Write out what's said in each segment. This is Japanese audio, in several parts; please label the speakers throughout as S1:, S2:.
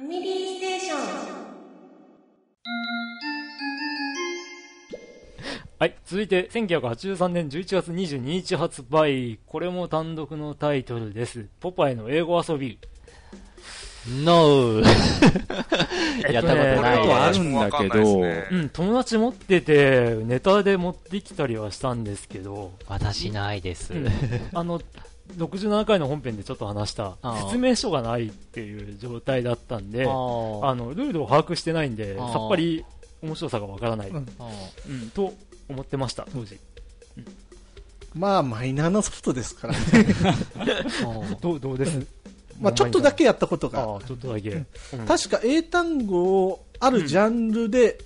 S1: ァミリーステーション。
S2: はい、続いて1983年11月22日発売、これも単独のタイトルです、ポパイの英語遊び、
S3: No! や
S2: えっとね
S3: ったことない
S2: これは
S3: ね
S2: あ。
S4: るんだけど
S2: うん、友達持ってて、ネタで持ってきたりはしたんですけど、
S3: 私ないです。
S2: あの67回の本編でちょっと話した
S3: あ、ー
S2: 説明書がないっていう状態だったんで、
S3: ー
S2: あのルールを把握してないんで、
S3: あー
S2: さっぱり面白さがわからない、
S5: うん
S3: あー
S2: うんと思ってました、当時。
S5: まあ、マイナーなソフトですからね。
S3: うん
S2: どうどうです
S5: まあ、ちょっとだけやったことが
S2: ああ、ちょっとだけ。うん
S5: 確か英単語をあるジャンルで、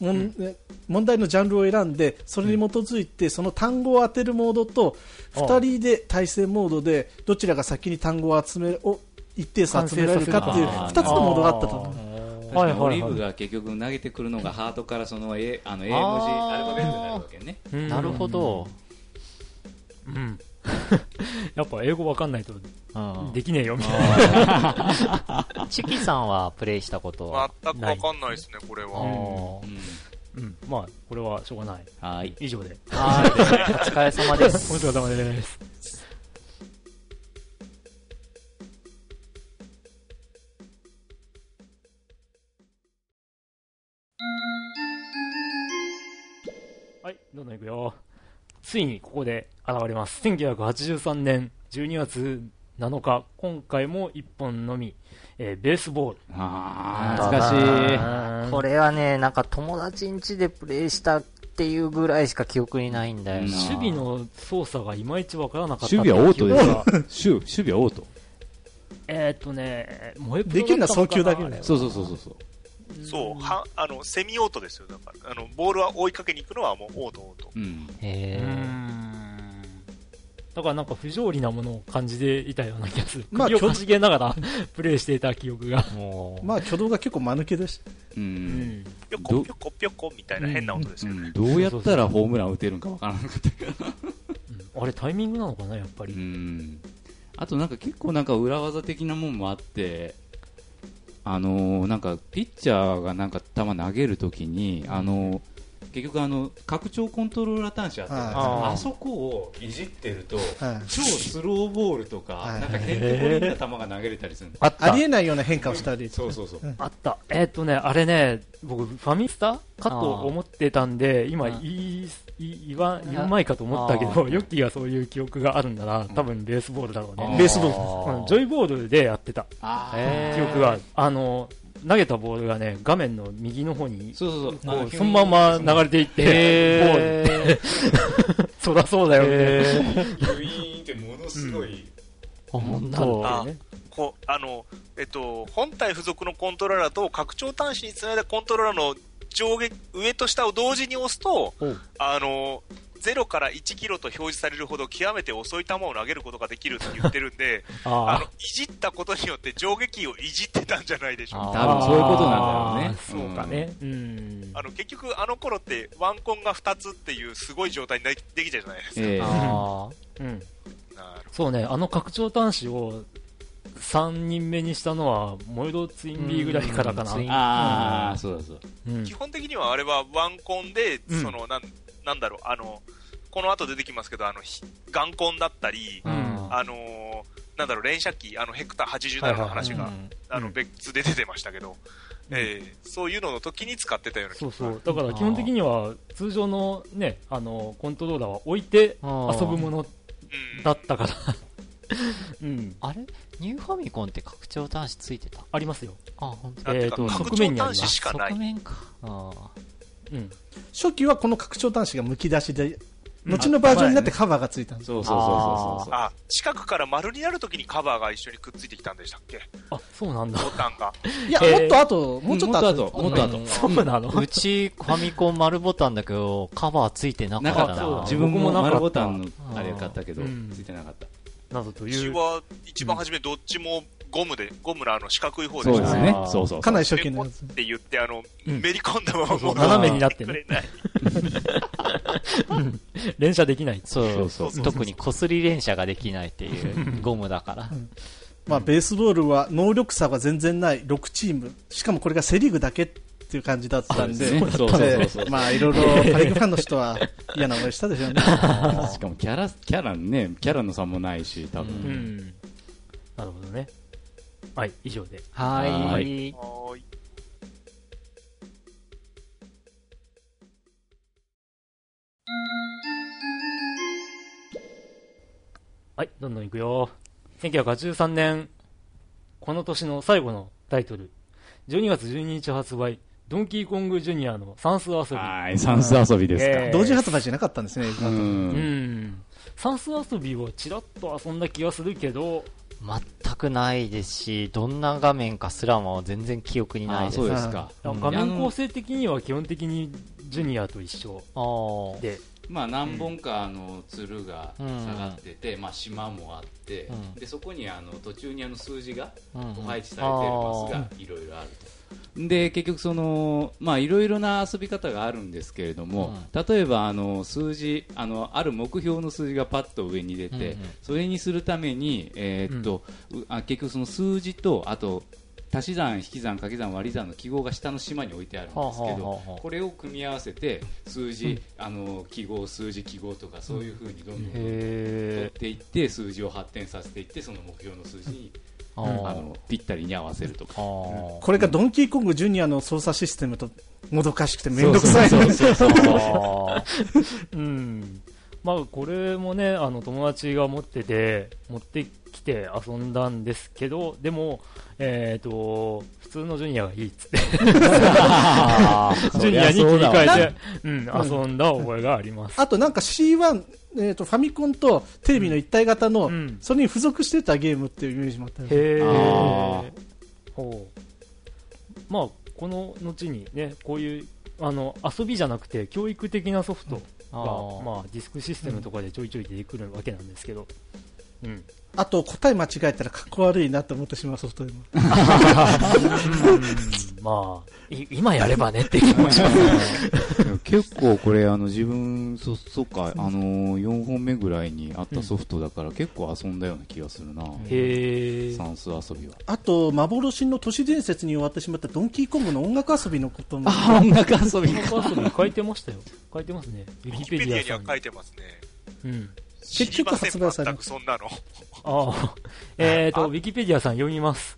S5: もんね問題のジャンルを選んでそれに基づいてその単語を当てるモードと
S2: ああ
S5: 2人で対戦モードでどちらが先に単語を集めを一定数集められるかっていう
S4: 完
S5: 2
S4: 成
S5: つ
S4: させる
S5: のモードがあったと思う
S2: はいは
S4: 確
S2: い
S4: か
S2: は
S4: に
S2: い
S4: オリーブが結局投げてくるのがハートからその A, あの A 文字アルファベットになるわけね
S2: うん
S3: なるほ。ど。
S2: うん。 やっぱ英語わかんないと
S3: うん
S2: できねえよ、みたいな。
S3: チキさんはプレイしたことは
S6: 全くわかんないですね、これ
S3: あ
S6: は。
S3: ー
S4: うん
S2: うん。まあ、これはしょうがない。
S4: はい
S2: 以上で。
S3: はい。お疲れ様で
S2: お
S3: す。
S2: 疲れ様です。はい、どんどんいくよ。ついにここで現れます。1983年12月7日、今回も1本のみ、えーベースボール。
S4: あー
S3: 懐かしい
S2: あー
S3: これはね、なんか友達ん家でプレイしたっていうぐらいしか記憶にないんだよな。
S4: うん
S2: 守備の操作がいまいちわからなかった
S7: 守備はオートです
S2: 記憶が
S7: よ。守 守備はオート。
S2: えーっとね、萌えプロ
S5: できるの
S2: だ
S5: は
S2: ったの
S5: 早
S2: かな
S5: 球だけだよ
S7: そうそうそうそうそう。
S6: そう、は、あの、セミオートですよ。だから、あの、ボールは追いかけに行くのはもうオートオート。
S4: うん
S3: えー
S2: だからなんか不条理なものを感じていたような気がする。
S5: まあ
S2: 首をかしげながらプレイしていた記憶が。
S3: もう、
S5: まあ挙動が結構間抜けでした
S2: う
S4: う
S2: んん。
S6: ぴょこぴょこぴょこみたいな変な音ですよね。
S7: どうやったらホームラン打てるんかわからなかったけど。
S2: あれタイミングなのかな、やっぱ
S4: う
S2: り。
S4: んあとなんか結構なんか裏技的なもんもあって、あのーなんかピッチャーがなんか球投げるときに、あのー結局あの拡張コントローラー端子あったじゃないですか
S2: はい
S4: あそこをいじってると、
S5: はい
S4: 超スローボールとか、
S5: はい
S4: なんか変にこりった球が投げれたりするんです
S2: あっ
S5: あ
S2: た
S5: り。えないような変化をしたり
S4: そうそうそう。
S2: あった。えーっとね、あれね、僕、ファミスタかと思ってたんで、今
S3: あー
S2: 言い、言い言わ、言うまいかと思ったけ
S3: あ
S2: ど、ヨッキーがそういう記憶があるんだな。多分ベースボールだろうね。
S5: ベースボール
S2: うん
S3: ー
S2: ジョイボールでやってた。
S4: あー
S3: えー
S2: 記憶がある、あの投げたボールがね画面の右の方に
S4: そうそうそう。あ
S2: こう
S4: 急に
S2: そのまんま流れていって、ボール
S3: へー
S2: そらそうだよね、
S4: ウィーンってものすごい、
S3: あ本
S2: なる
S3: 当
S2: っていうね
S6: こう、あの、えっと、本体付属のコントローラーと拡張端子につないだコントローラーの上下、上と下を同時に押すと、
S2: おう
S6: あの、0から1キロと表示されるほど極めて遅い球を投げることができるって言ってるんで、あの、いじったことによって上下キーをいじってたんじゃないでしょうか。
S4: 多分そういうことなんだろうね
S2: あーそうかねうん
S6: あの、結局あの頃ってワンコンが2つっていうすごい状態にできできたじゃないですか。
S4: えー
S3: あ
S2: うん
S6: なる
S2: そうねあの拡張端子を3人目にしたのはモイドツインビーぐらいからかな
S3: うんツイン
S4: あー、そうだそうだ。
S2: うん
S6: 基本的にはあれはワンコンで、
S2: うん
S6: そのなんなんだろうあのこの後出てきますけどあのひ眼コンだったり、
S3: ーうん
S6: あのーなんだろう連射機あのヘクター87の話が、
S3: はいはいはいうん
S6: あ
S2: う
S6: の
S2: ん
S6: 別で出てましたけど、えーそういうのの時に使ってたような気
S2: そう
S6: がする
S2: そうだから基本的には通常のねあのコントローラーは置いて
S3: あー
S2: 遊ぶもの
S6: うん
S2: だったから うん
S3: あれニューファミコンって拡張端子ついてた
S2: ありますよ
S3: あ、本当
S6: なんていうか
S2: えーと
S6: 拡
S2: 側面にあ
S6: 張
S2: りま
S6: 端
S2: す
S6: 子しかない
S3: 側面か。あ
S2: うん
S5: 初期はこの拡張端子がむき出しで後のバージョンになってカバーがついたんです
S4: そうそうそうそうそう。
S6: あ近くから丸になるときにカバーが一緒にくっついてきたんでしたっけ
S2: あそうなんだ
S6: ボタンが
S5: いや
S2: えー
S5: もっと後もうちょっと後
S4: うんもっと後、もっと後。
S2: そうなの
S3: ーうち、ファミコン丸ボタンだけど、カバーついてなか
S4: な
S3: った
S4: か
S3: な。
S4: った
S2: そう
S4: 自分も
S2: 僕もなかった
S4: 丸ボタンのあれ買ったけど
S2: うん
S4: ついてなかった
S2: などと
S6: う
S2: い
S6: ち
S2: う
S6: は一番初めどっちもゴムでゴムのあの四角い方で
S4: そ
S6: し
S4: う
S6: た
S4: ですねそうそう
S5: かなり
S6: ペ
S5: 初期
S6: コ
S5: の
S6: っ
S5: やつ
S6: て言ってあの、
S2: うん
S6: めり込んだまま
S2: そう
S6: 戻
S2: 斜めになって
S6: く
S2: ね
S6: れない
S2: 連射できない
S3: そう
S4: そうそう
S3: 特にこすり連射ができないっていうゴムだから。
S5: まあ、ベースボールは能力差が全然ない6チーム、しかもこれがセ・リーグだけっていう感じだったんで、
S4: そうですねそうそうそうそう
S5: えーまあ、いろいろパ・リーグファンの人は嫌な思いしたでしょうね。
S4: しかもキャラ、キャラね、キャラの差もないし、多
S2: う
S4: 分。
S2: ん。なるほどね。はい、以上で。
S8: は
S4: は
S8: ーい。
S6: はーい。
S2: はい、どんどんいくよ。1983年、この年の最後のタイトル。12月12日発売、ドンキーコングジュニアの算数遊び。
S4: はい、算数遊びですか。
S2: えー
S5: 同時発売じゃなかったんですね、
S4: う。
S2: うんん。算数遊びはちらっと遊んだ気がするけど、
S8: 全くないですし、どんな画面かすらも全然記憶にないで
S4: あー
S8: す。
S4: そうですか。
S2: 画面構成的には基本的にジュニアと一緒
S8: あー
S2: で、
S9: まあ、何本かあのつるが下がってて、まあ、島もあって、
S8: うん
S9: でそこにあの途中にあの数字が
S8: うん
S9: こう配置されているマスがいろいろあると。で結局そのまあいろいろな遊び方があるんですけれども、例えばあの数字あのある目標の数字がパッと上に出て、
S8: うんうん
S9: それにするためにえーっと、うあ結局その数字とあと足し算引き算掛け算割り算の記号が下の島に置いてあるんですけ
S8: はあはあは
S9: ど
S8: あはあ
S9: これを組み合わせて数字、あの記号数字記号とかそういうふうにどんどん取っ
S8: へ
S9: ていって数字を発展させていってその目標の数字に
S8: ー
S9: あ
S8: あー
S9: のぴったりに合わせるとか
S8: あー
S5: これがドンキーコングジュニアの操作システムともどかしくてめんどくさいです
S8: あ
S2: うん。まあ、これもね、あの、友達が持ってて、持ってきて遊んだんですけど、でも、えっ、と、普通のジュニアがいいっつって、
S8: ー
S2: ジュニアに切り
S4: そりゃ
S2: 替
S4: そうだ
S2: えて、うん、遊んだ覚えがあります。
S5: あとなんか C1、えー、とファミコンとテレビの一体型の、
S2: うん
S5: それに付属してたゲームっていうイメージもあったよね
S2: へ
S4: あ
S2: え。ほう。まあ、この後にね、こういう、あの、遊びじゃなくて、教育的なソフトが、
S8: あー
S2: まあ、ディスクシステムとかでちょいちょい出てくるわけなんですけど、うん。
S5: あと答え間違えたらかっこ悪いなと思ってしまうソフトでも
S2: うんまあ、い今やればねって気持ちは。
S4: 結構これ、あの、自分、そ、そっか、あの、4本目ぐらいにあったソフトだから結構遊んだような気がするな。
S2: へえ。
S4: 算数遊びは。
S5: あと幻の都市伝説に終わってしまったドンキーコングの音楽遊びのことも
S4: あ、音楽遊び
S2: 僕はそれ書いてましたよ。書いてますね。ウィ
S6: ウィ
S2: キ
S6: キペ
S2: ペ
S6: デ
S2: ディ
S6: ィア
S2: ア
S6: に
S2: さ
S6: は
S2: んに
S6: 書いてますね。
S2: うん。
S5: 結局発売
S6: 全
S5: されま
S6: くそんなの。
S2: ああ。えっと、
S6: あ
S2: ウィキペディアさん読みます。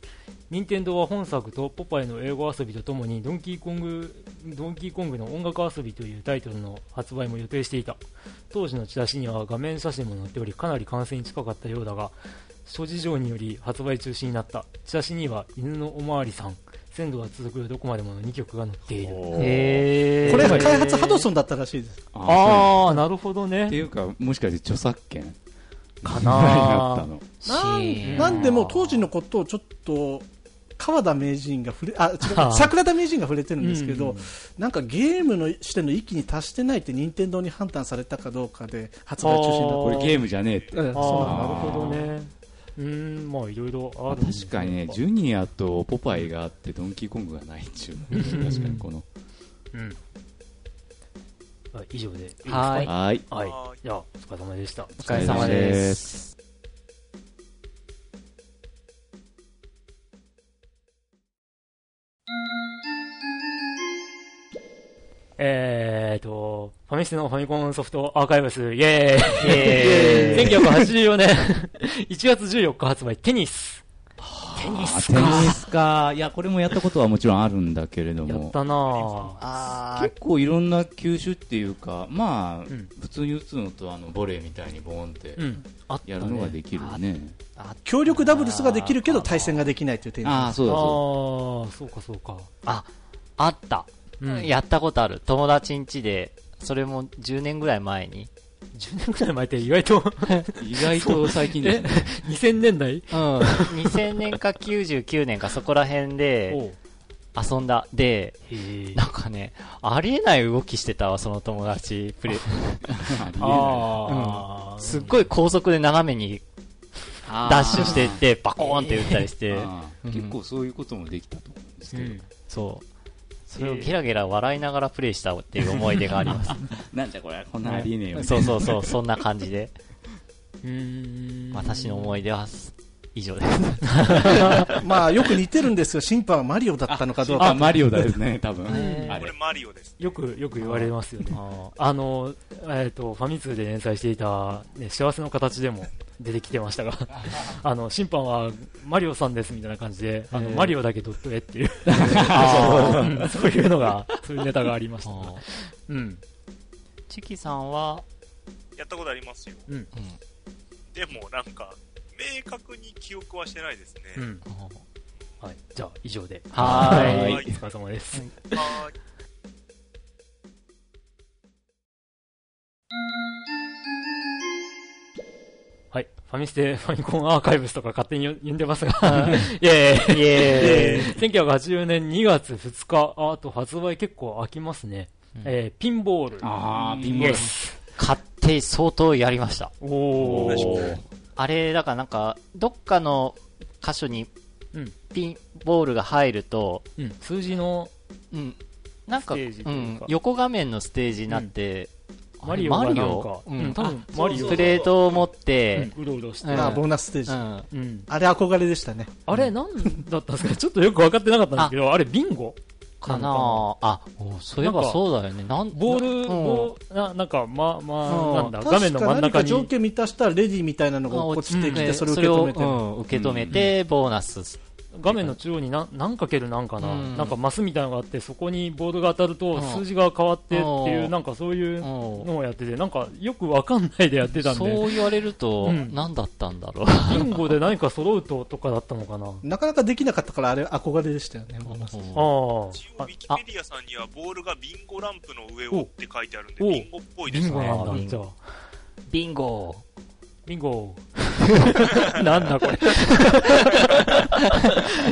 S2: 任天堂は本作とポパイの英語遊びとともにドンキーコング、ドンキーコングの音楽遊びというタイトルの発売も予定していた。当時のチラシには画面写真も載っており、かなり完成に近かったようだが、諸事情により発売中止になった。チラシには犬のおまわりさん、鮮度は続くよどこまでもの2曲が載っている。
S8: へー
S5: これ開発ハドソンだったらしいです
S4: ああ。
S2: ああ、なるほどね
S4: って。いうか、もしかして著作権
S2: か
S4: なった
S2: な
S4: の。
S8: し
S5: なんでも当時のことをちょっと川田名人が触れあ違う桜田名人が触れてるんですけど、
S2: うん
S5: なんかゲームのしての域に達してないって任天堂に判断されたかどうかで発売中止になっ
S4: これゲームじゃねえって。
S5: た、うん
S2: あ
S5: そう
S2: あ、なるほどね。うーん、まあいろいろあるんです
S4: 確かにね、ジュニアとポパイがあって、ドンキーコングがないっちゅうの。確かに、この。
S2: うん。あ以上でいいですか。
S8: はーい
S4: はい。
S2: はい
S6: はーい
S2: じゃあ、お疲れ様でした。
S8: お疲れ様です。
S2: えーと、ファミステのファミコンソフトアーカイブス、イェーイ
S8: えー
S2: 1984年 1月14日発売、テニス。テニ
S4: あ
S2: ス
S4: テニ
S2: か。
S4: スか。いや、これもやったことはもちろんあるんだけれど
S2: や
S4: も
S2: っ。たなぁ。
S8: あー
S4: 結構いろんな球種っていうか、まあ、
S2: うん
S4: 普通に打つのとあのボレーみたいにボーンって
S2: うん。あったね。
S4: やるのができるね。
S8: あ
S5: 協力ダブルスができるけど対戦ができないという点
S4: ああ、そうだ
S2: あ
S4: そ
S2: ーそうかそうか。
S8: あ、あった、
S2: うん
S8: やったことある。友達ん家で、それも10年ぐらい前に。
S2: 10年くらい前って意外と
S4: うだ。意外と最近ですね。
S2: 2000年代
S8: うん。2000年 か99年かそこら辺で
S2: おう
S8: 遊んだ。で、
S2: へー
S8: なんかね、ありえない動きしてたわ、その友達。プレイ
S2: あー
S8: すっごい高速で斜めに
S4: あー
S8: ダッシュしていって、バコーンって打ったりして、
S4: あー結構そういうこともできたと思うんですけど、
S2: うん
S8: そう。それをゲラゲラ笑いながらプレイしたっていう思い出があります。
S4: なんじゃこれこんなありえねえよみたい
S8: そうそうそう、そんな感じで、
S2: うーん
S8: 私の思い出は、
S3: 以上です。
S5: まあ、よく似てるんですよ。審判はマリオだったのかどう
S4: あ、
S5: か。
S4: マリオだですね、多分。
S2: ね
S4: あ
S6: これ
S4: れ。
S6: マリオです。
S2: よく、よく言われますよね。
S3: あ
S2: あの、えっ、と、ファミ通で連載していた、ね、幸せの形でも出てきてま したが、あの、審判はマリオさんですみたいな感じで、あの、
S3: へー
S2: マリオだけドット絵っていう、
S3: あ
S2: うん そういうのが、そういうネタがありました。
S3: あ
S2: うん。
S3: チキさんは、
S6: やったことありますよ。
S3: うん
S6: でも、なんか、明確に記憶はしてないですね。
S2: うん。
S3: あ
S2: はい。じゃあ、以上で。
S3: はーい
S2: お疲れ様です。
S6: はーい
S2: はい。ファミステ、ファミコンアーカイブスとか勝手に呼んでますが、 イェーイ
S8: イエーイ。
S2: 1980年2月2日、ああと発売結構空きますね。
S3: うん
S2: えーピンボール。
S4: あー、ピン
S2: イ
S4: ボー
S2: エ
S4: ル。
S2: ス。
S3: 買って相当やりました。
S2: おおー。
S3: あれ、だからなんか、どっかの箇所に
S2: うん
S3: ピンボールが入ると、
S2: うん、数字の
S3: うん、なんか
S2: ステージと
S3: う
S2: いうか
S3: ん、横画面のステージになって、あ
S2: マ
S3: れ
S2: リオがなんか、
S3: う
S2: うん、
S3: ん
S2: 多分マリオ
S3: プレートを持って、
S2: うんうろうろして、
S3: うん
S5: まあ、ボーナスステー
S3: う
S5: ジ。
S3: ん
S2: うん、
S5: あれ憧れでしたね。
S2: あれなんだったんですかちょっとよく分かってなかったんですけど、あれビンゴ
S3: か
S2: な
S3: な
S2: の
S3: ああ、おそういえばそうだよね。なん
S2: ボール
S3: うん
S2: を、ななんか、ま、ま、
S5: う
S2: なんだ、画面の真ん中
S5: 確か何か条
S2: に、
S5: 件満たしたらレディみたいなのが
S3: あ
S5: 落ちてき
S3: う
S5: て、
S3: ん
S5: それを受け止めて
S3: それをうん受け止めて、ボーナス。
S2: 画面の中央に何、何かけるなんかな、
S3: うん
S2: なんかマスみたいなのがあって、そこにボールが当たると
S3: うん
S2: 数字が変わってっていうう、
S3: ん
S2: なんかそういううんのをやってて、なんかよく分かんないでやってたんで、
S3: そう言われると
S2: う、ん
S3: 何だったんだろう。
S2: ビンゴで何か揃うととかだったのかな。
S5: なかなかできなかったから、あれ憧れでしたよね、ボーナス。
S2: あー
S6: 一応、
S2: あ
S6: ウィキペディアさんには、ボールがビンゴランプの上をって書いてあるんで、
S2: お
S6: ビンゴっぽいで
S2: ビ
S6: す
S2: ンゴ
S6: ね。
S2: なんだ、じゃあ。
S3: ビンゴ
S2: ビンゴなんだこれ。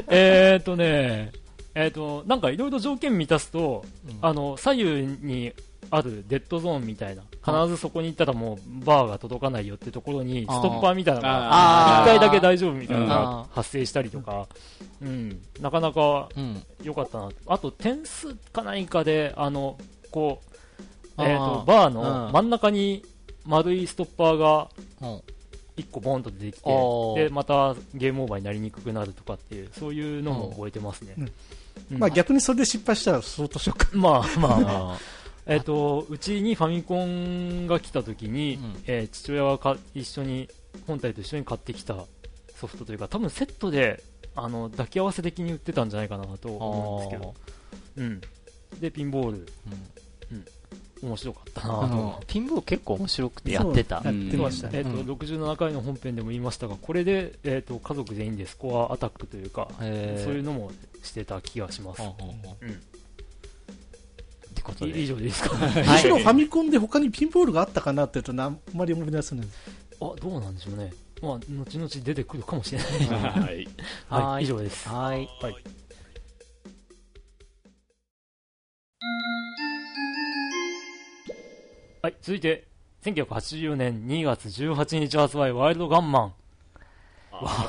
S2: えーっとね、えーっと、なんかいろいろ条件満たすと、あの、左右にあるデッドゾーンみたいな、必ずそこに行ったらもうバーが届かないよってところに、ス
S3: あー
S2: トッパーみたいなのが、
S3: あ
S2: 1
S3: ー
S2: 回だけ大丈夫みたいなの
S3: うん
S2: が発生したりとか、うん、なかなか
S3: うん。
S2: 良かったな。あと、点数か何かで、あの、こう、えーっ
S3: あ
S2: と、
S3: ー
S2: バー
S3: う
S2: の
S3: ん
S2: 真ん中に丸いストッパーが、
S3: うん
S2: 一個ボンと出てき
S3: あー
S2: てでまたゲームオーバーになりにくくなるとかっていうそういうのも覚えてますね、
S5: うん
S2: うん
S5: まあ逆にそれで失敗したら相当ショック。
S2: まあまあまあえっとうちにファミコンが来た時に、
S3: うん
S2: えー父親がか一緒に本体と一緒に買ってきたソフトというか多分セットであの抱き合わせ的に売ってたんじゃないかなと思うんですけど、うん、でピンボール面白かったなと
S3: あの、ピンボール結構面白くてやってた
S5: そう。やってました
S2: えっ
S5: ね。
S2: と
S3: うん
S2: 67回の本編でも言いましたが、これで、えっと家族全員でスコアアタックというか、
S3: へー
S2: そういうのもしてた気がします。
S3: うん
S2: うん
S3: ってこと
S2: い以
S3: で。
S2: 上でいいですか
S5: むしろ
S3: は
S5: ファミコンで他にピンボールがあったかなって言うと、あんまり思い出せないです。
S2: あどうなんでしょうね、まあ、後々出てくるかもしれない。
S4: は
S2: は
S4: い。
S2: い、
S3: はい
S2: 以上です。
S3: はーい。
S2: はいはい、続いて、1980年2月18日発売、ワイルドガンマン。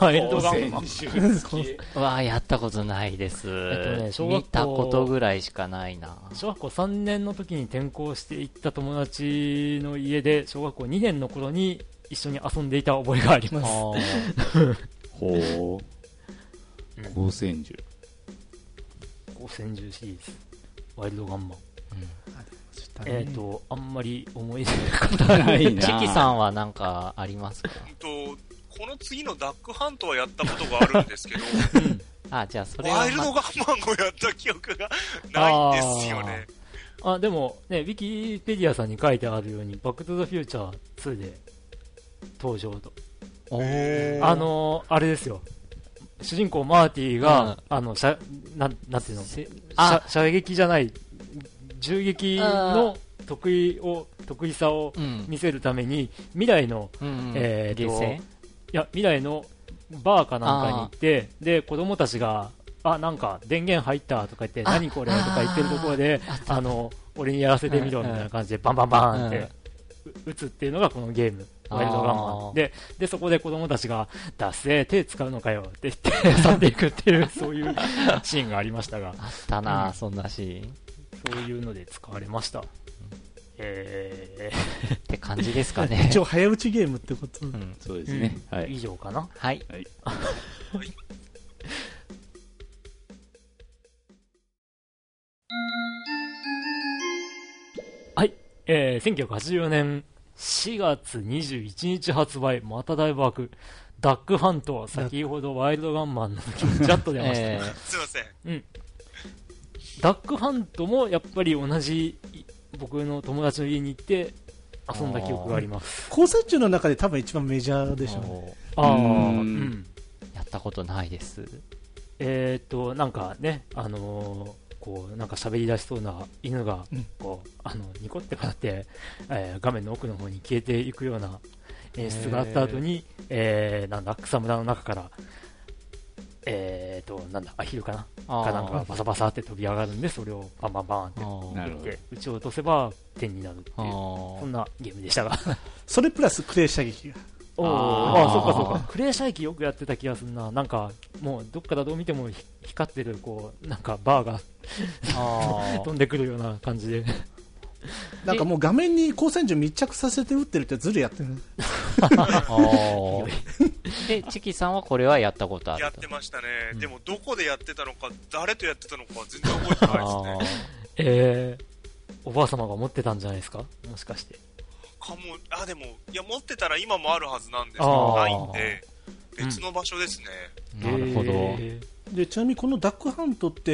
S2: ワイルドガンマン。
S3: うわーやったことないです。
S2: っとね小学校
S3: 見たことぐらいしかないな。
S2: 小学校3年の時に転校していった友達の家で、小学校2年の頃に一緒に遊んでいた覚えがあります。
S3: あー
S4: ほう。光線銃。
S2: こう千住シリーズ、ワイルドガンマン。え
S5: え
S2: っ、
S5: っと、
S2: と、あんまり思い出が
S4: ない
S3: チキさんはなんかありますか
S6: うんと、この次のダックハントはやったことがあるんですけど、
S3: あ、じゃあそれはま。
S6: ワイルドガンマンをやった記憶がないんですよね。
S2: あ、でも、ね、ウィキペディアさんに書いてあるように、バックトゥザフューチャー2で登場と。あのーあれですよ。主人公マーティ
S3: うん
S2: が、あの、しゃ、なん、なんていうのしゃ
S3: あ
S2: 射撃じゃない、銃撃の得意を、得意さを
S3: うん。
S2: 見せるために、未来の、
S3: うん
S2: えーと
S3: ゲーセ
S2: いや、未来のバーかなんかに行って、で、子供たちが、あ、なんか電源入ったとか言って、
S3: あ
S2: 何これとか言ってるところで、あの、俺にやらせてみろみたいな感じで、バンバンバンって、う打つっていうのがこのゲーム。ワイルドガンマ
S3: あー
S2: ンでで、そこで子供たちが、だせ手使うのかよって言って、去 っていくっていう、そういうシーンがありましたが、
S3: あったな、そんなシーン。
S2: そういうので使われました。え
S8: て感じですかね
S5: 一。応早打ちゲームってこと
S8: う
S5: で
S8: ん
S4: そうですね。は
S2: ー、以
S4: い。
S2: 上かな。
S8: はい。
S2: えー、1984年4月21日発売、また大爆発。ダックハントは先ほどワイルドガンマンの時にちらっと出ました。
S8: え
S6: すいません。
S2: ダックハントもやっぱり同じい僕の友達の家に行って遊んだ記憶があります。
S5: 交戦中の中で多分一番メジャーでしょうね
S8: も
S2: ああ
S4: ー
S2: ー、う
S4: うん
S2: ん。
S8: うやったことないです。
S2: えーっと、なんかね、あのーこう、なんか喋り出しそうな犬が
S5: うん、
S2: こう、あの、ニコって笑って、えー画面の奥の方に消えていくような演出があった後に、えーなんだ、草むらの中から、えーっと、なんだ、アヒルかな
S8: あ
S2: かなんかがバサバサって飛び上がるんで、それをバンバンバンって
S8: あー
S4: なる
S2: 打っ
S4: ほど
S2: て、撃ち落とせば点になるって
S8: あ
S2: いう、
S8: ー
S2: そんなゲームでしたが。
S5: それプラスクレー射撃が
S2: おー
S8: あー
S2: あ、そっかそっか。クレー射撃よくやってた気がするな。なんか、もう、どっからどう見てもひ光ってる、こう、なんかバーが
S8: あー
S2: 飛んでくるような感じ で。
S5: なんかもう画面に光線銃密着させて撃ってるってずるやってる
S8: あー。で、チキさんはこれはやったことあ
S6: やっ
S8: ると
S6: て。ましたね、
S8: うん
S6: でもどこでやってたのか、誰とやってたのか全然覚えてないですね。
S2: えー、おばあ様が持ってたんじゃないですかもしかして。
S6: かも、あ、でも、いや、持ってたら今もあるはずなんですけ
S2: あ
S6: ど、
S2: ー
S6: ないんで、別の場所ですね。
S8: あーなるほど。
S2: えー
S5: でちなみにこのダックハントって、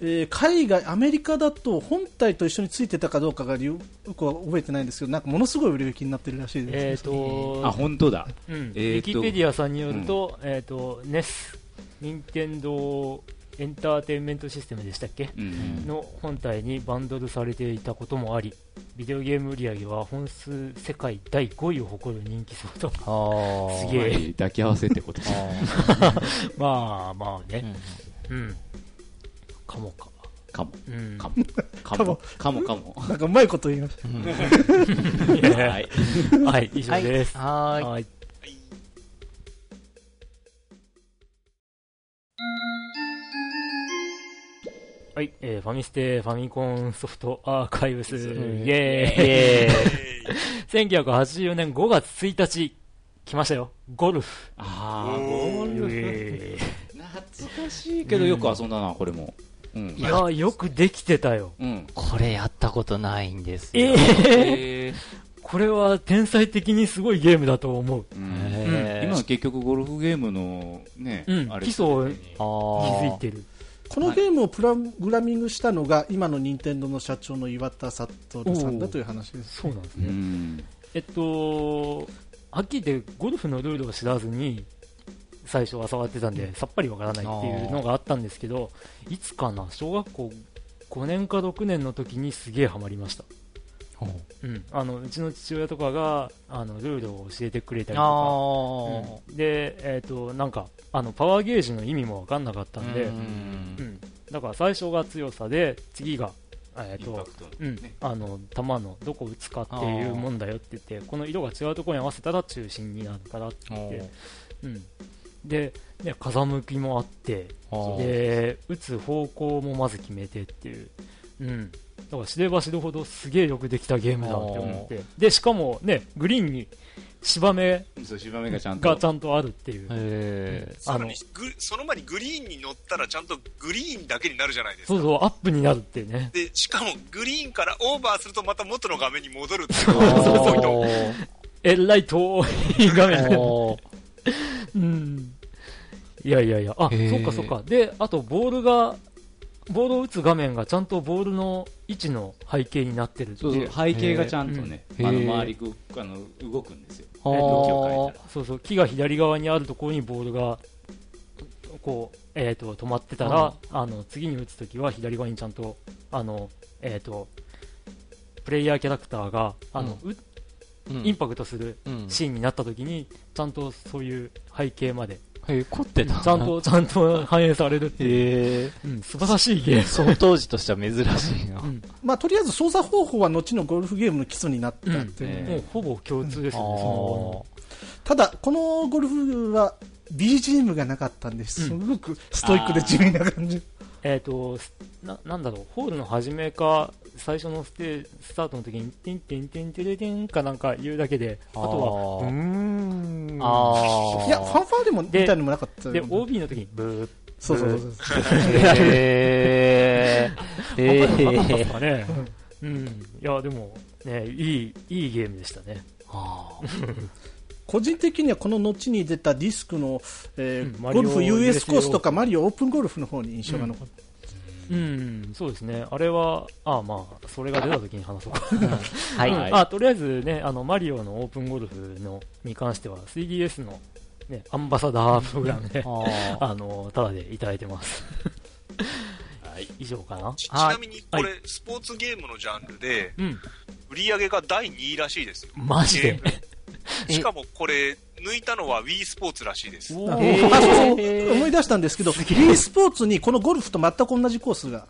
S5: えー海外、アメリカだと本体と一緒についてたかどうかがよくは覚えてないんですけどなんかものすごい売れ行きになってるらしいです、
S2: えー
S4: あ、
S2: と、
S4: 本当だ。
S2: うん、ウ
S4: え
S2: ィ
S4: ーと
S2: キペディアさんによると、えっと、NES、任天堂エンターテインメントシステムでしたっけ
S4: うん。
S2: の本体にバンドルされていたこともありビデオゲーム売り上げは本数世界第5位を誇る人気相当
S8: あー
S2: すげえ
S4: 抱き合わせってこと。
S2: まあまあ
S8: う
S2: ね
S8: ん
S2: うん、かもか
S4: かも。
S2: うん
S4: かも。かも。かも。かも。
S5: なんかうまいこと言いました
S4: はい。
S2: はい以上
S8: はい。
S2: です
S8: はーい。
S2: はいはい、えーファミステファミコンソフトアーカイブス、イェーイ
S6: えい
S2: 1984年5月1日、来ましたよ。ゴルフ。
S4: あ
S2: イェーイ
S4: あ、懐かしいけどよく遊んだな、これも。うん
S2: い。やー、よくできてたよ。
S4: うん。
S8: これやったことないんですよ。
S2: ええ
S4: えー
S2: これは天才的にすごいゲームだと思う。
S4: うん
S8: えー
S4: 今結局ゴルフゲームのね、
S2: うん
S4: あれ
S2: 基礎を気づい
S8: あ
S2: てる。
S5: このゲームをプログラミングしたのが今の任天堂の社長の岩田悟さんだという話です
S2: そうなんです
S4: う
S2: ね。
S4: ん
S2: えっと、はっきり言ってゴルフのルールを知らずに、最初は触ってたんで、さっぱりわからないっていうのがあったんですけど、いつかな、小学校5年か6年の時にすげえハマりました。
S8: ー
S2: うん、あのうちの父親とかがあのルールを教えてくれたり
S8: あ
S2: と
S8: ー
S2: か、うんで、えー、となんかあのパワーゲージの意味も分かんなかったんで、
S8: う
S2: うんんだから最初が強さで次が、えー
S4: インパ
S2: と
S4: クト
S2: うん
S4: ね
S2: あの球のどこ打つかっていうもんだよって言ってこの色が違うところに合わせたら中心になるからって言って、うん、で、ね、風向きもあって
S8: あー
S2: で打つ方向もまず決めてっていう、うん、だから知れば知るほどすげえよくできたゲームだって思ってでしかもねグリーンに芝目
S4: そう芝目がちゃんと
S2: がちゃんとあるっていう、
S8: え
S6: さらにグその前にグリーンに乗ったらちゃんとグリーンだけになるじゃないです
S2: そ
S6: か
S2: うそうアップになるっていうね
S6: でしかもグリーンからオーバーするとまた元の画面に戻るっていう
S8: ー
S6: そうそうそう
S2: えらい遠い画 面で
S8: おー
S2: うんいやいやいやあ
S8: へー
S2: そっかそっかであとボールがボールを打つ画面がちゃんとボールの位置の背景になってるって
S4: そう
S2: い
S4: そうう背景がちゃんとね、
S8: へー
S4: あの
S8: へー
S4: 周りくあの動くんですよ
S8: あー
S4: えっと
S2: そうそう木が左側にあるところにボールがこう、えー、と止まってたらあの次に打つときは左側にちゃんとあの、えー、とプレイヤーキャラクターがあの、う
S8: うん
S2: インパクトする
S8: うん
S2: シーンになったときにちゃんとそういう背景まで
S8: へー凝って
S2: ち
S8: た。
S2: ゃん。とちゃんと反映されるっていう、
S8: え
S2: うん素晴らしいゲーム。
S8: その当時としては珍しいな。
S2: うん
S5: まあとりあえず操作方法は後のゴルフゲームの基礎になったっていう、
S4: うん
S2: もうほぼ共通ですね、その
S5: ただこのゴルフは BGM がなかったんです
S2: うん
S5: ごくストイックで地味な感じ、
S2: えっ、とな、なんだろう、ホールの始めか、最初のステスタートの時に、てんてんてんてれてんかなんか言うだけで、あ
S3: あー
S2: とは、うーん。
S3: ああ。
S5: いや、ファンファーレも、みたいなのもなかったよ
S2: で、OB の時に、ブー
S5: そうそうそうそう。
S3: えー、え
S2: なかったで
S3: ー
S2: す、かね。うん。いや、でも、ね、いい、いいゲームでしたね。
S3: あ
S5: 個人的にはこの後に出たディスクの、えー
S2: うんマリ
S5: ゴ
S2: オ
S5: ルフ US
S2: US
S5: コースとかマリオオープンゴルフの方に印象が残って、
S2: うん、そうですね。あれは、あまあ、それが出た時に話そうか。
S3: ー はい。
S2: うん あとりあえずね、あの、マリオのオープンゴルフのに関しては、3DS の、ね、アンバサダープログラムで、
S3: あー
S2: あの、ただでいただいてます。はい。以上かな
S6: ちち
S3: あ
S6: なみにこれ、スポーツゲームのジャンルで、
S2: うん。
S6: 売り上げが第2位らしいですよ。
S2: マジで
S6: ゲームしかもこれ、抜いたのは WE スポーツらしいです。
S2: おー
S5: あそう思い出したんですけど、e スポーツにこのゴルフと全く同じコースが、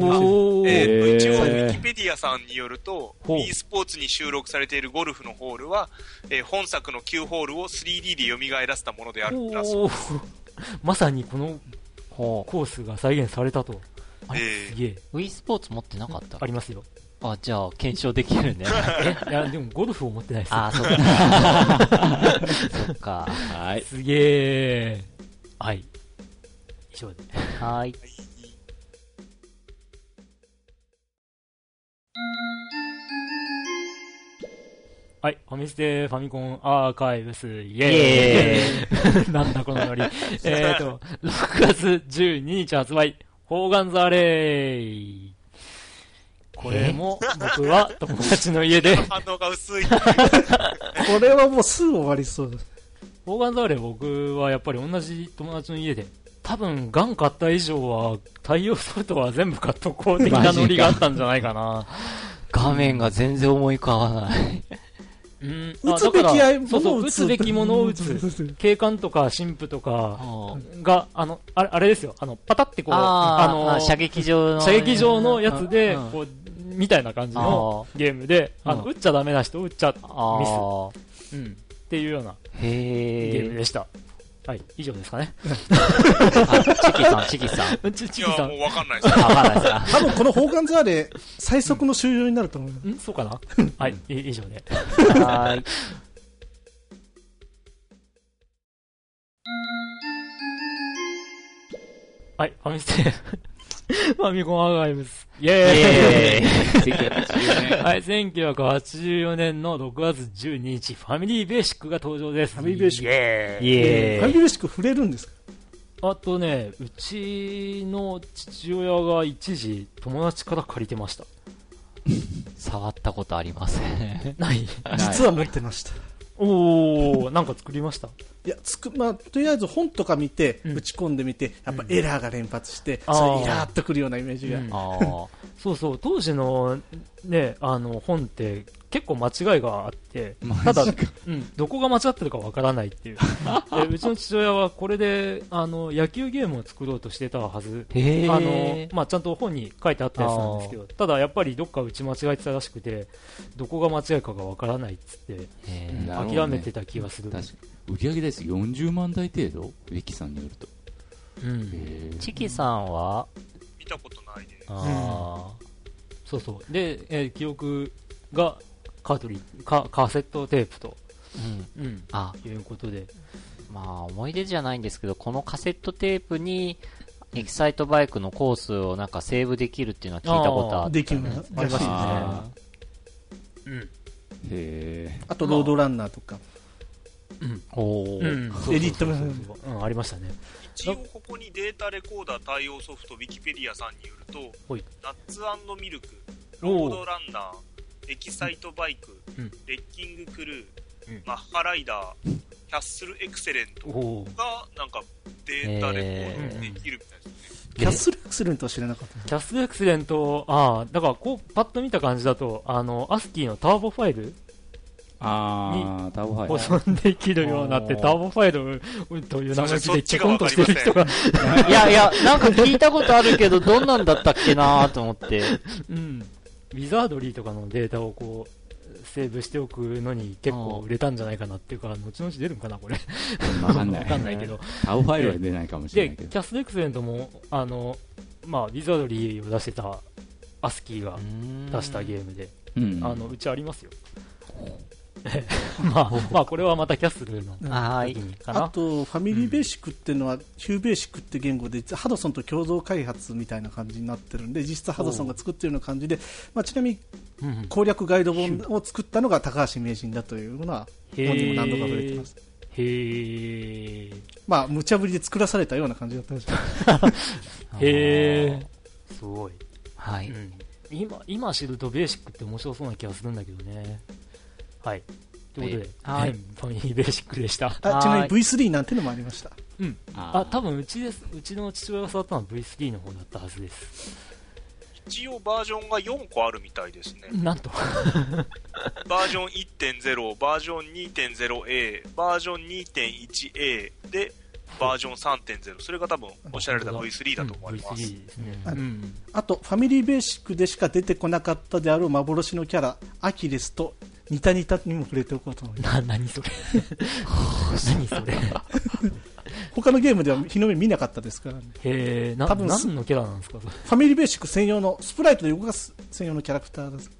S2: お
S6: え
S2: ー
S6: ー、一応、ウ
S4: へー
S6: ィキペディアさんによると、
S2: ほう
S6: e スポーツに収録されているゴルフのホールは、えー本作の9ホールを 3D で蘇らせたものであるらしい。
S2: おーまさにこの
S3: ほ
S2: コースが再現されたと。あれ
S6: え
S2: すげえ、
S3: う。ウィスポーツ持ってなかった
S2: ありますよ。
S3: あ、じゃあ、検証できるね。
S2: え、いや、でもゴルフを持ってないですよ。
S3: あー、そっ か。そっか。
S9: はい。
S2: すげえ。はい。以上で。
S3: はーい。
S6: ー
S2: はい。ファミステファミコンアーカイブス、イ
S3: イ
S2: エーイ なんだこのノリ。えっと、6月12日発売、ホーガンザーレイ。これも僕は友達の家で、
S6: 反応が薄い。
S5: これはもうすぐ終わりそうです。
S2: ホーガンザーレイ僕はやっぱり同じ友達の家で、多分ガン買った以上は対応ソフトは全部買っとこう的なノリがあったんじゃないかな。
S3: 画面が全然思い浮かばない。
S2: うん。
S5: 打
S2: あ
S5: つ
S2: だ
S5: べ
S2: か
S5: き
S2: らそ
S5: も
S2: うそ
S5: の
S2: う、
S5: を
S2: 打
S5: 打
S2: つ
S5: つ
S2: べきものを打つ。
S5: つ。
S2: 警官とか神父と
S3: あ
S2: か
S3: ー
S2: が、あの、あれあれですよ、あの、パタってこう、
S3: あー
S2: の
S3: あ射撃場の。
S2: 射撃場のやつで
S3: うん、
S2: こう、みたいな感じの
S3: あ
S2: ゲームで、あの、
S3: うん
S2: 打っちゃダメな人、打っちゃ、
S3: ーあー。
S2: うん、っていうようなゲ
S3: へ
S2: ーム
S3: え。
S2: でした。はい、以上ですかね。
S3: あ、チキさん、チキさん。
S2: うんち、
S6: い
S2: ち
S6: や
S2: きさ、ん
S6: もう、わかんないです。
S3: あ、わかんないですか。
S5: 多分このホーガンザーレ、最速の終了になると思います。
S2: んそうかなはい、い以上で。
S3: はーい。
S2: はい、ファミステ、ファミコンアーカイブス。イェ
S3: イ
S2: ーイ
S3: エーイ。
S2: はい、1984年の6月12日、ファミリーベーシックが登場です。
S5: ファミリーベーシック
S2: イエーイ
S3: イ
S5: え
S3: エ
S5: フ
S3: ー
S5: ァミ
S3: イ。
S5: リーベーシック触れるんですか
S2: あとね、うちの父親が一時友達から借りてました。
S3: 触ったことありません。
S2: ない。
S5: 実は持ってました。
S2: おー、なんか作りました。
S5: いや、つく、まあ、とりあえず本とか見て、
S2: うん
S5: 打ち込んでみて、やっぱエラーが連発して、
S2: あー
S5: それイラーっとくるようなイメージが。
S2: うん
S3: ああ。
S2: そうそう、当時のね、あの本って結構間違いがあって、ただ、うん、どこが間違ってるかわからないっ ていう。でうちの父親はこれで、あの、野球ゲームを作ろうとしてたはず
S3: へえ。
S2: あの、まあ、ちゃんと本に書いてあったやつなんですけど、ただやっぱりどっか打ち間違えてたらしくて、どこが間違いかがわからないっつって、
S3: え
S2: うん
S3: ー
S9: なるほどね
S2: 諦めてた気がする。
S9: 確かに。売り上げです40万台程度ウィキさんによると。
S2: うん、
S9: へー
S3: チキさんは
S6: 見たことないね。
S3: あー
S2: そうそう。で、えー記憶がカートリッカ、カセットテープと、
S3: うん。
S2: うん、
S3: あ、
S2: いうことで。
S3: まあ思い出じゃないんですけど、このカセットテープに、エキサイトバイクのコースをなんかセーブできるっていうのは聞いたことあっ
S5: できるの
S2: ありましたね
S9: あ
S2: うん。
S9: へ
S5: あと、ロードランナーとか。
S3: おおー、
S2: うん、そうそうそうそう
S5: エディットも
S2: うん、ありましたね。
S6: 一応ここにデータレコーダー対応ソフトウィキペディアさんによると
S2: ほい
S6: ナッツミルクロードランナーエキサイトバイク、
S2: うん
S6: レッキングクルー、
S2: うん
S6: マッハライダーキャッスルエクセレント
S2: おおー
S6: がなんかデータレコードできるみたいですね、
S5: キャッスルエクセレントは知らなかった。
S2: キャッスルエクセレント、ああ、だからこう、パッと見た感じだと、あの、アスキーのターボファイル
S9: あー、タブハイ
S2: 保。存できるようになって、
S9: おー
S2: ターボファイルうんという名前で
S6: そっ
S2: チ
S6: ち
S2: ェ
S6: が
S2: コン
S6: わ
S2: と
S6: か
S2: し
S6: り
S2: て
S6: ませ
S2: る人
S6: ん
S2: が、
S3: いやいや、なんか聞いたことあるけど、どんなんだったっけなーと思って。
S2: うん、ウィザードリーとかのデータをこう、セーブしておくのに結構売れたんじゃないかなっていうか、後々出るんかな、これ。
S9: わかんない。
S2: わかんないけど。。
S9: タブファイルは出ないかもしれ
S2: で、
S9: ない
S2: キ
S9: けど。
S2: ャスルエクセレントも、あの、まあ、ウィザードリーを出してた、アスキーが出したゲームで、
S9: うん
S2: あのうちあり ますよ。まあ、まあこれはまたキャッスルの
S3: は
S2: 時
S3: い。
S2: にか
S5: あ
S2: な。
S5: と、ファミリーベーシックっていうのは、ヒューベーシックって言語で、ハドソンと共同開発みたいな感じになってるんで、実質ハドソンが作ってるような感じで、まあ、ちなみに
S2: うんうん
S5: 攻略ガイド本を作ったのが高橋名人だというのは、
S2: へー
S5: 本にも何度か触れてます。
S2: へー
S5: まあ、無茶ぶりで作らされたような感じだったんですけど
S2: へえ。すごい。
S3: は
S2: う
S3: い。
S2: ん今、今知るとベーシックって面白そうな気がするんだけどね。はい。ということで、
S3: はい
S2: ファミリーベーシックでした。
S5: あちなみ
S3: は
S5: に V3 なんてのもありました。
S2: あ、多分うちです。うちの父親が触ったのは V3 の方だったはずです。
S6: 一応バージョンが4個あるみたいですね。
S2: なんと。
S6: バージョン1.0、バージョン 2.0A、バージョン 2.1A で、バージョン3.0。それが多分、おっしゃられた V3 だと思いま
S2: うん
S6: す。
S2: V3 ですね。
S5: あ
S2: うん。
S5: あと、ファミリーベーシックでしか出てこなかったであろう幻のキャラ、アキレスと、ニタニタにも触れておこうと思います。
S2: な、何 それ。何それ。 へ
S5: 他のゲームでは日の目見なかったですからね。
S2: え、な、
S5: 多分す
S2: 何のキャラなんですか、それ。
S5: ファミリーベーシック専用の、スプライトで動かす専用のキャラクターです。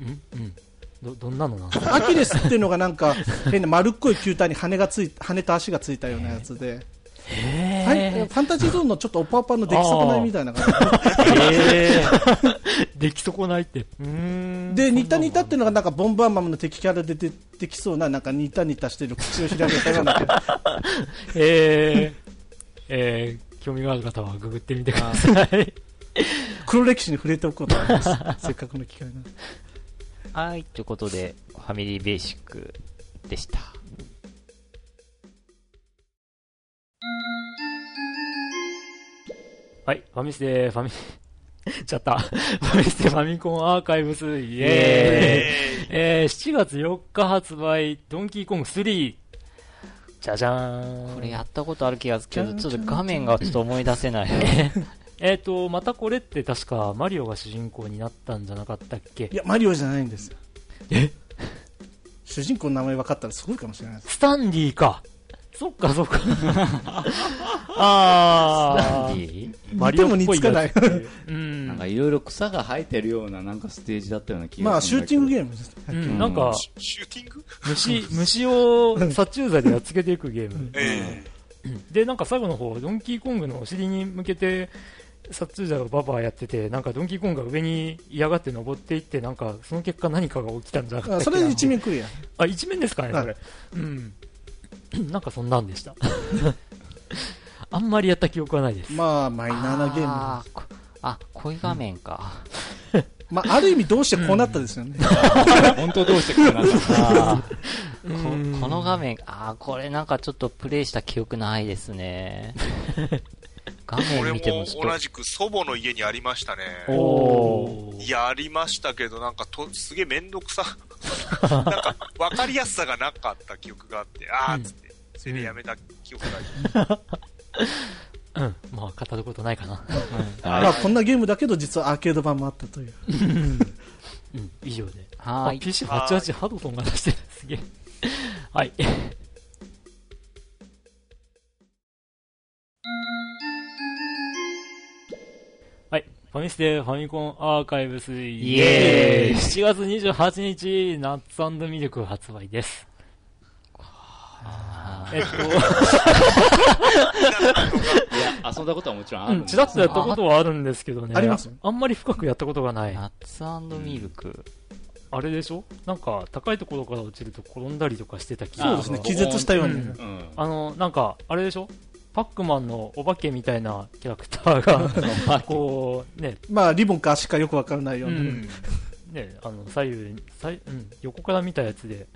S2: うんうん。ど、どんなのなんですか
S5: アキレスっていうのがなんか、変な丸っこい球体に羽がつい、羽と足がついたようなやつで、
S2: へ
S5: はいファンタジーゾーンのちょっとオパオパの出来損ないみたいな感じ
S2: えー、 出来損ないって。うー ん
S5: で、ニタニタっていうのがなんかボンバーマムの敵キャラで出てきそうな、なんかニタニタしてる口を開けたようなキャラ。
S2: えー、えー、興味がある方はググってみてください。
S5: 黒歴史に触れておこうと思います。せっかくの機会なんで。
S3: はい。ということで、ファミリーベーシックでした。
S2: はい、ファミステ、ファミ、ちゃった。ファミステファミコンアーカイブス、イエーイ。
S6: え
S2: えー、7月4日発売、ドンキーコング3。じゃじゃーん。
S3: これやったことある気がするけど、ちょっと画面がちょっと思い出せない。
S2: えっ、ー、と、またこれって確かマリオが主人公になったんじゃなかったっけ
S5: いや、マリオじゃないんですよ。え主人公の名前分かったらすごいかもしれないです。
S2: スタンディーか。そっかそっ か。あー。
S3: いい
S2: マリオっぽいやつ
S5: 似ても似つかない。
S2: うん。
S4: なんかいろいろ草が生えてるようななんかステージだったような気が
S5: まあ、シューティングゲ
S4: ム
S5: ームです。
S2: うんなんか、
S6: ーシューティング
S2: 虫、虫を殺虫剤でやっつけていくゲーム。
S6: え
S2: で、なんか最後の方、ドンキーコングのお尻に向けて、殺虫剤をババアやってて、なんかドンキーコングが上に嫌がって登っていって、なんかその結果何かが起きたんじゃなかっ
S5: あ
S2: たっ
S5: そ
S2: け
S5: れで一。面クリア。
S2: あ、一面ですかね、
S5: はい
S2: それ。うん。なんかそんなんでした。 あんまりやった記憶はないです。
S5: まあ、マイナーなゲームなん
S3: あ
S5: で
S3: ーこあ、こういう画面か。
S5: す。まあ、ある意味どうしてこうなったですよね。
S4: 本当どうしてこうなったの
S3: あー
S2: う
S3: こ
S2: ん
S3: この画面、あーこれなんかちょっとプレイした記憶ないですね。画
S6: え俺
S3: 面見て
S6: も
S3: もちょっと
S6: 同。じく祖母の家にありましたね。
S2: おー
S6: いや、ありましたけど、なんかと、すげえめんどく さ。なんか、わかりやすさがなかった記憶があって、あーっつって、それでやめた記憶があります。
S2: うん。まあ、語ることないかな。
S5: まあ、こんなゲームだけど、実はアーケード版もあったという。
S2: うん。以上で。
S3: はーい。
S2: PC88 ハドソンが出してる。すげえ。はい。はい。ファミステファミコンアーカイブスイエーイ !7 月28日、ナッツミルク発売です。えっ
S4: 遊んだことはもちろん
S2: と、
S4: あ
S2: う
S4: る
S2: ん、ちらっとやったことはあるんですけどね。
S5: あります
S2: あんまり深くやったことがない。
S3: ナッツミルク。
S2: あれでしょなんか、高いところから落ちると転んだりとかしてた気が
S5: そうですね、気絶したように。
S2: うん
S4: うん
S2: あの、なんか、あれでしょパックマンのお化けみたいなキャラクタ ーが、こう、ね、
S5: まあ、リボンか足かよくわからないよう
S2: う
S5: な。
S2: んね、あの、左右に、左うん、横から見たやつで、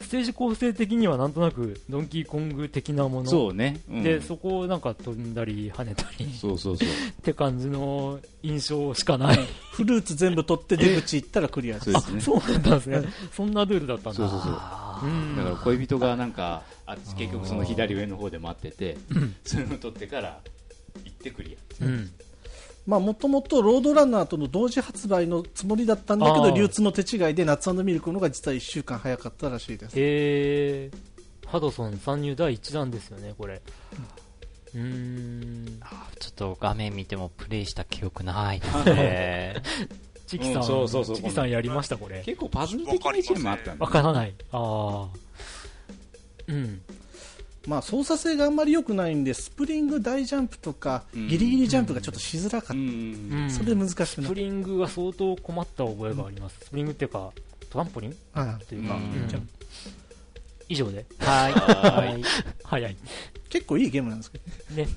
S2: ステージ構成的にはなんとなく、ドンキーコング的なもの。
S4: そうね、うん
S2: で、そこをなんか飛んだり跳ねたり
S4: そうそうそう
S2: って感じの印象しかない。
S5: フルーツ全部取って出口行ったらクリアです。
S4: そうですね
S2: そうだったんですね。そんなルールだったんだ。
S4: そうそうそう
S2: うん
S4: だから恋人がなんかあっち結局その左上の方で待っててそれを取ってから行ってクリ
S2: うん
S5: まあ、もともとロードランナーとの同時発売のつもりだったんだけ
S2: あ
S5: ど、
S2: ー
S5: 流通の手違いで、ナッツミルクの方が実は1週間早かったらしいです。
S2: えー、ハドソン参入第1弾ですよね、これ。うーん、
S3: あーちょっと画面見てもプレイした記憶ないですね。
S2: チキさん、
S4: うんそうそうそう
S2: チキさんやりました、これ。
S9: 結構パズル的な意見もあったんだ
S2: わ
S9: ね
S2: からない。ああ。うん。
S5: まあ、操作性があんまり良くないんで、スプリング大ジャンプとか、
S9: うん
S5: ギリギリジャンプがちょっとしづらか
S9: う
S5: っ
S2: うん
S5: た。
S2: ん、
S5: それで難しく
S2: ス
S5: な
S2: プ
S5: る。
S2: リングは相当困った覚えがあります。スプリングっていうか、トランポリン
S5: ああ
S2: というか、
S9: うん
S2: うん以上で、
S3: はい。
S2: 早い。
S5: 結構いいゲームなんですけどね。
S2: ね、